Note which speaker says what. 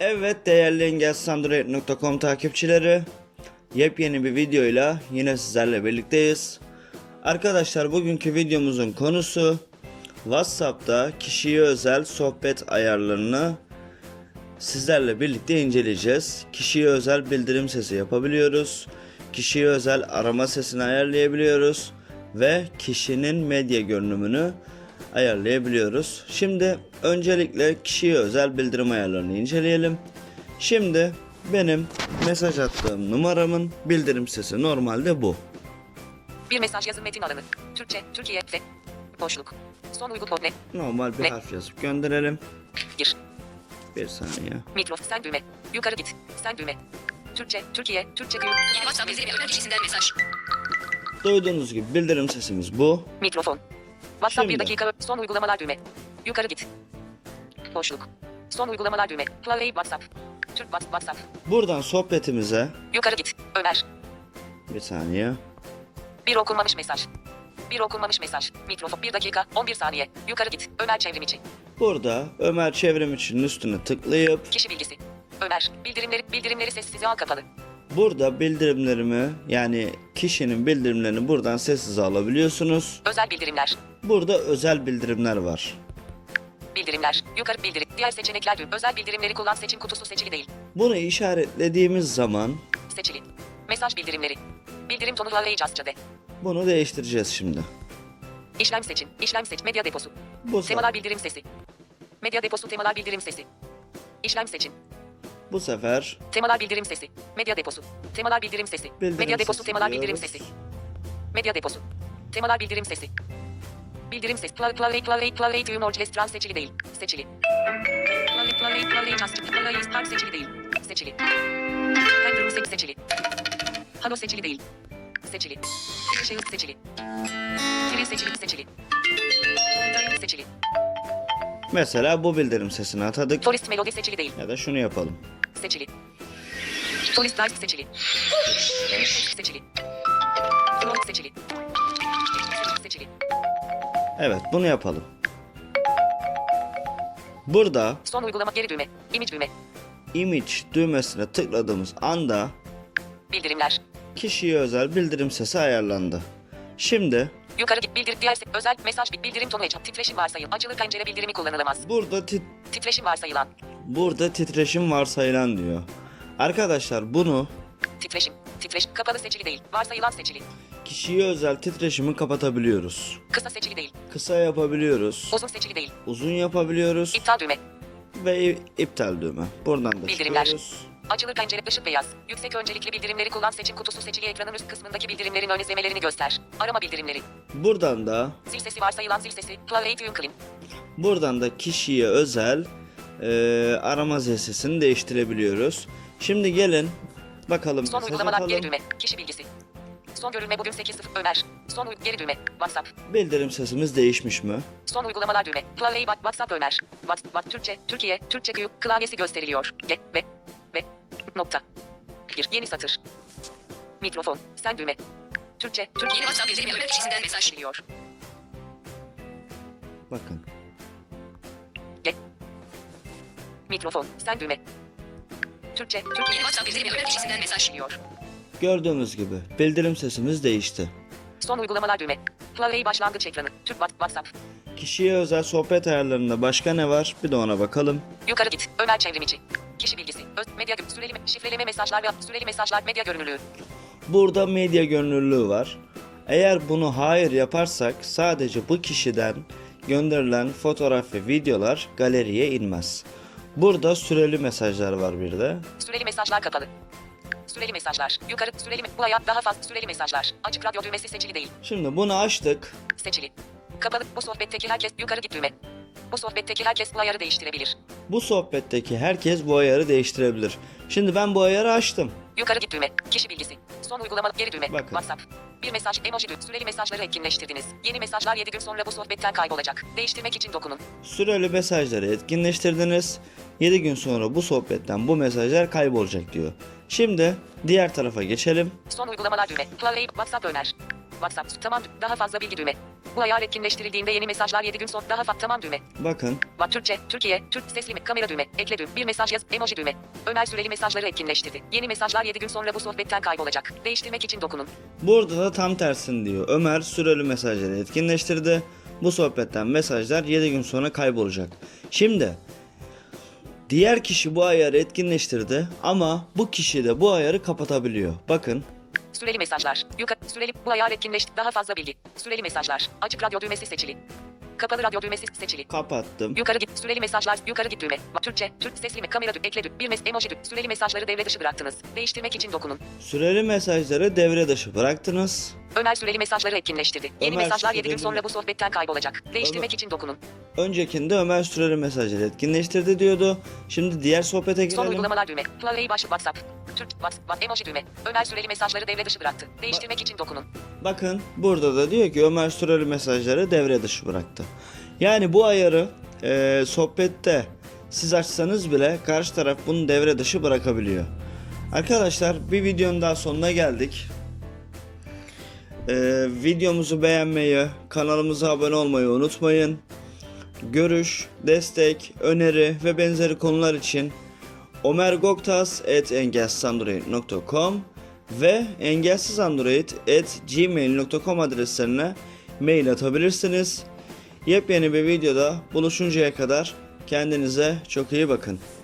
Speaker 1: Evet değerli engelsandroid.com takipçileri yepyeni bir videoyla yine sizlerle birlikteyiz. Arkadaşlar bugünkü videomuzun konusu WhatsApp'ta kişiye özel sohbet ayarlarını sizlerle birlikte inceleyeceğiz. Kişiye özel bildirim sesi yapabiliyoruz. Kişiye özel arama sesini ayarlayabiliyoruz ve kişinin medya görünümünü ayarlayabiliyoruz. Şimdi öncelikle kişiye özel bildirim ayarlarını inceleyelim. Şimdi benim mesaj attığım numaramın bildirim sesi normalde bu.
Speaker 2: Bir mesaj yazın metin alanı. Türkçe, Türkiye, F. Boşluk. Son uygun kodne.
Speaker 1: Normal bir
Speaker 2: Ne?
Speaker 1: harf yazıp gönderelim.
Speaker 2: Gir.
Speaker 1: Bir saniye.
Speaker 2: Mikrof sen düğme. Yukarı git. Sen düğme. Türkçe, Türkiye, Türkçe düğme.
Speaker 3: Yeni WhatsApp bildirimi öğren kişisinden mesaj.
Speaker 1: Duyduğunuz gibi bildirim sesimiz bu.
Speaker 2: Mikrofon. WhatsApp
Speaker 1: Şimdi.
Speaker 2: bir dakika. Son uygulamalar düğme. Yukarı git. Boşluk. Son uygulamalar düğme. Play WhatsApp. Türk Whats- WhatsApp.
Speaker 1: Buradan sohbetimize
Speaker 2: Yukarı git. Ömer.
Speaker 1: bir saniye.
Speaker 2: Bir okunmamış mesaj. Bir okunmamış mesaj. Mikrofon. Bir dakika. 11 saniye. Yukarı git. Ömer çevrimiçi.
Speaker 1: Burada Ömer çevrim için üstüne tıklayıp
Speaker 2: Kişi bilgisi. Ömer. Bildirimleri, bildirimleri sessize al kapalı.
Speaker 1: burada bildirimlerimi yani kişinin bildirimlerini buradan sessize alabiliyorsunuz.
Speaker 2: Özel bildirimler.
Speaker 1: Burada özel bildirimler var.
Speaker 2: Bildirimler. Yukarı bildirim. Diğer seçenekler düğüm. Özel bildirimleri kullan seçim kutusu seçili değil.
Speaker 1: Bunu işaretlediğimiz zaman
Speaker 2: Seçili. Mesaj bildirimleri. Bildirim tonu arayacağız de.
Speaker 1: bunu değiştireceğiz şimdi.
Speaker 2: İşlem seçin. İşlem seç. Medya deposu.
Speaker 1: Bu, se-
Speaker 2: Temalar bildirim sesi. Medya deposu temalar bildirim sesi. İşlem seçin.
Speaker 1: bu sefer
Speaker 2: Temalar bildirim sesi. Medya deposu. Temalar bildirim sesi.
Speaker 1: bildirim
Speaker 2: Medya deposu
Speaker 1: sesi
Speaker 2: temalar bildirim
Speaker 1: diyoruz.
Speaker 2: sesi. Medya deposu. Temalar bildirim sesi. Bildirim sesi. Play play play play tüm orkestran seçili değil. Seçili. Play play play just play start seçili değil. Seçili. Kaydır sesi seçili. Halo seçili değil. Seçili. Şey seçili. Kiri seçili seçili. Dayı seçili.
Speaker 1: Mesela bu bildirim sesini atadık
Speaker 2: Solist melodi seçili değil.
Speaker 1: ya da şunu yapalım.
Speaker 2: Seçili. Solist live seçili. Seçili. Front seçili. Seçili.
Speaker 1: Evet bunu yapalım. Burada
Speaker 2: Son uygulama geri düğme. Image düğme.
Speaker 1: image düğmesine tıkladığımız anda
Speaker 2: Bildirimler.
Speaker 1: kişiye özel bildirim sesi ayarlandı. Şimdi
Speaker 2: Yukarı git bildir diğer se- özel mesaj bi- bildirim tonu heyecan. Titreşim varsayıl. Açılı pencere bildirimi kullanılamaz.
Speaker 1: burada tit-
Speaker 2: Titreşim varsayılan.
Speaker 1: burada titreşim varsayılan diyor. Arkadaşlar bunu
Speaker 2: Titreşim. Titreş. Kapalı seçili değil. Varsayılan seçili.
Speaker 1: kişiye özel titreşimi kapatabiliyoruz.
Speaker 2: Kısa seçili değil.
Speaker 1: Kısa yapabiliyoruz,
Speaker 2: Uzun seçili değil.
Speaker 1: uzun yapabiliyoruz
Speaker 2: İptal düğme.
Speaker 1: ve i- iptal düğme. Buradan da
Speaker 2: Bildirimler.
Speaker 1: çıkıyoruz.
Speaker 2: Açılı pencere ışık beyaz. Yüksek öncelikli bildirimleri kullan seçim kutusu seçili ekranın üst kısmındaki bildirimlerin ön izlemelerini göster. Arama bildirimleri.
Speaker 1: Buradan da
Speaker 2: Zil sesi varsayılan zil sesi. Play tune clean.
Speaker 1: buradan da kişiye özel e, arama sesini değiştirebiliyoruz. Şimdi gelin bakalım
Speaker 2: Son
Speaker 1: mesaj
Speaker 2: uygulamalar
Speaker 1: atalım.
Speaker 2: geri düğme. Kişi bilgisi. Son görülme bugün 8.0 Ömer. Son uy- geri düğme. WhatsApp.
Speaker 1: Bildirim sesimiz değişmiş mi?
Speaker 2: Son uygulamalar düğme. Play bak WhatsApp Ömer. WhatsApp Türkçe, Türkiye, Türkçe Q klavyesi gösteriliyor. G ve ve nokta. Gir yeni satır. Mikrofon. Sen düğme. Türkçe, Türkiye.
Speaker 3: Yeni WhatsApp bildirimi öğren kişisinden mesaj.
Speaker 2: Geliyor.
Speaker 1: Bakın.
Speaker 2: Mikrofon. Sen düğme. Türkçe, Türkiye.
Speaker 3: Yeni WhatsApp bildirimi öğren kişisinden mesaj.
Speaker 2: Geliyor.
Speaker 1: Gördüğünüz gibi bildirim sesimiz değişti.
Speaker 2: Son uygulamalar düğme. Play başlangıç ekranı. Türk What- WhatsApp.
Speaker 1: Kişiye özel sohbet ayarlarında başka ne var? Bir de ona bakalım.
Speaker 2: Yukarı git. Ömer çevrimiçi. Kişi bilgisi. Öz, medya gö- süreli me- şifreleme mesajlar ve süreli mesajlar medya görünürlüğü.
Speaker 1: Burada medya görünürlüğü var. Eğer bunu hayır yaparsak sadece bu kişiden gönderilen fotoğraf ve videolar galeriye inmez. Burada süreli mesajlar var bir de.
Speaker 2: Süreli mesajlar kapalı. Süreli mesajlar. Yukarı süreli me- bu hayat daha fazla süreli mesajlar. Açık radyo düğmesi seçili değil.
Speaker 1: Şimdi bunu açtık.
Speaker 2: Seçili. Kapalı. Bu sohbetteki herkes yukarı git düğme. Bu sohbetteki herkes bu ayarı değiştirebilir.
Speaker 1: Bu sohbetteki herkes bu ayarı değiştirebilir. Şimdi ben bu ayarı açtım.
Speaker 2: Yukarı git düğme. Kişi bilgisi. Son uygulama geri düğme.
Speaker 1: Bakın.
Speaker 2: WhatsApp. Bir mesaj emoji düğme. Süreli mesajları etkinleştirdiniz. Yeni mesajlar 7 gün sonra bu sohbetten kaybolacak. Değiştirmek için dokunun.
Speaker 1: Süreli mesajları etkinleştirdiniz. 7 gün sonra bu sohbetten bu mesajlar kaybolacak diyor. Şimdi diğer tarafa geçelim.
Speaker 2: Son uygulamalar düğme. Play WhatsApp öner. WhatsApp. Tamam. Daha fazla bilgi düğme. Bu ayar etkinleştirildiğinde yeni mesajlar 7 gün sonra daha fa- tamam düğme.
Speaker 1: Bakın
Speaker 2: Vat Türkçe, Türkiye, Türk sesli mi- kamera düğme, ekle düğme, bir mesaj yaz, emoji düğme. Ömer Süreli mesajları etkinleştirdi. Yeni mesajlar 7 gün sonra bu sohbetten kaybolacak. Değiştirmek için dokunun.
Speaker 1: Burada da tam tersini diyor. Ömer süreli mesajları etkinleştirdi. Bu sohbetten mesajlar 7 gün sonra kaybolacak. Şimdi diğer kişi bu ayarı etkinleştirdi ama bu kişi de bu ayarı kapatabiliyor. Bakın
Speaker 2: Süreli mesajlar. Yukarı süreli bu ayar etkinleşti. Daha fazla bilgi. Süreli mesajlar. Açık radyo düğmesi seçili. Kapalı radyo düğmesi seçili.
Speaker 1: kapattım.
Speaker 2: Yukarı git. Süreli mesajlar. Yukarı git düğme. Va- Türkçe, Türk sesli mi? Kamera düğme. Ekle düğme. Bir mes emoji düğme. Süreli mesajları devre dışı bıraktınız. Değiştirmek için dokunun.
Speaker 1: Süreli mesajları devre dışı bıraktınız.
Speaker 2: Ömer Süreli mesajları etkinleştirdi. Yeni
Speaker 1: Ömer
Speaker 2: mesajlar 7 gün
Speaker 1: Süreli-
Speaker 2: sonra bu sohbetten kaybolacak. Değiştirmek
Speaker 1: Ömer-
Speaker 2: için dokunun.
Speaker 1: Öncekinde Ömer süreli mesajları etkinleştirdi diyordu. Şimdi diğer sohbete
Speaker 2: Son
Speaker 1: girelim.
Speaker 2: uygulamalar düğme. Play baş WhatsApp. Türk WhatsApp emoji düğme. Ömer Süreli mesajları devre dışı bıraktı. Değiştirmek için dokunun.
Speaker 1: Bakın burada da diyor ki Ömer Süreli mesajları devre dışı bıraktı. Yani bu ayarı e, sohbette siz açsanız bile karşı taraf bunu devre dışı bırakabiliyor. Arkadaşlar bir videonun daha sonuna geldik. E, videomuzu beğenmeyi, kanalımıza abone olmayı unutmayın. Görüş, destek, öneri ve benzeri konular için omergoktas.engelsizandroid.com ve engelsizandroid.gmail.com adreslerine mail atabilirsiniz. Yepyeni bir videoda buluşuncaya kadar kendinize çok iyi bakın.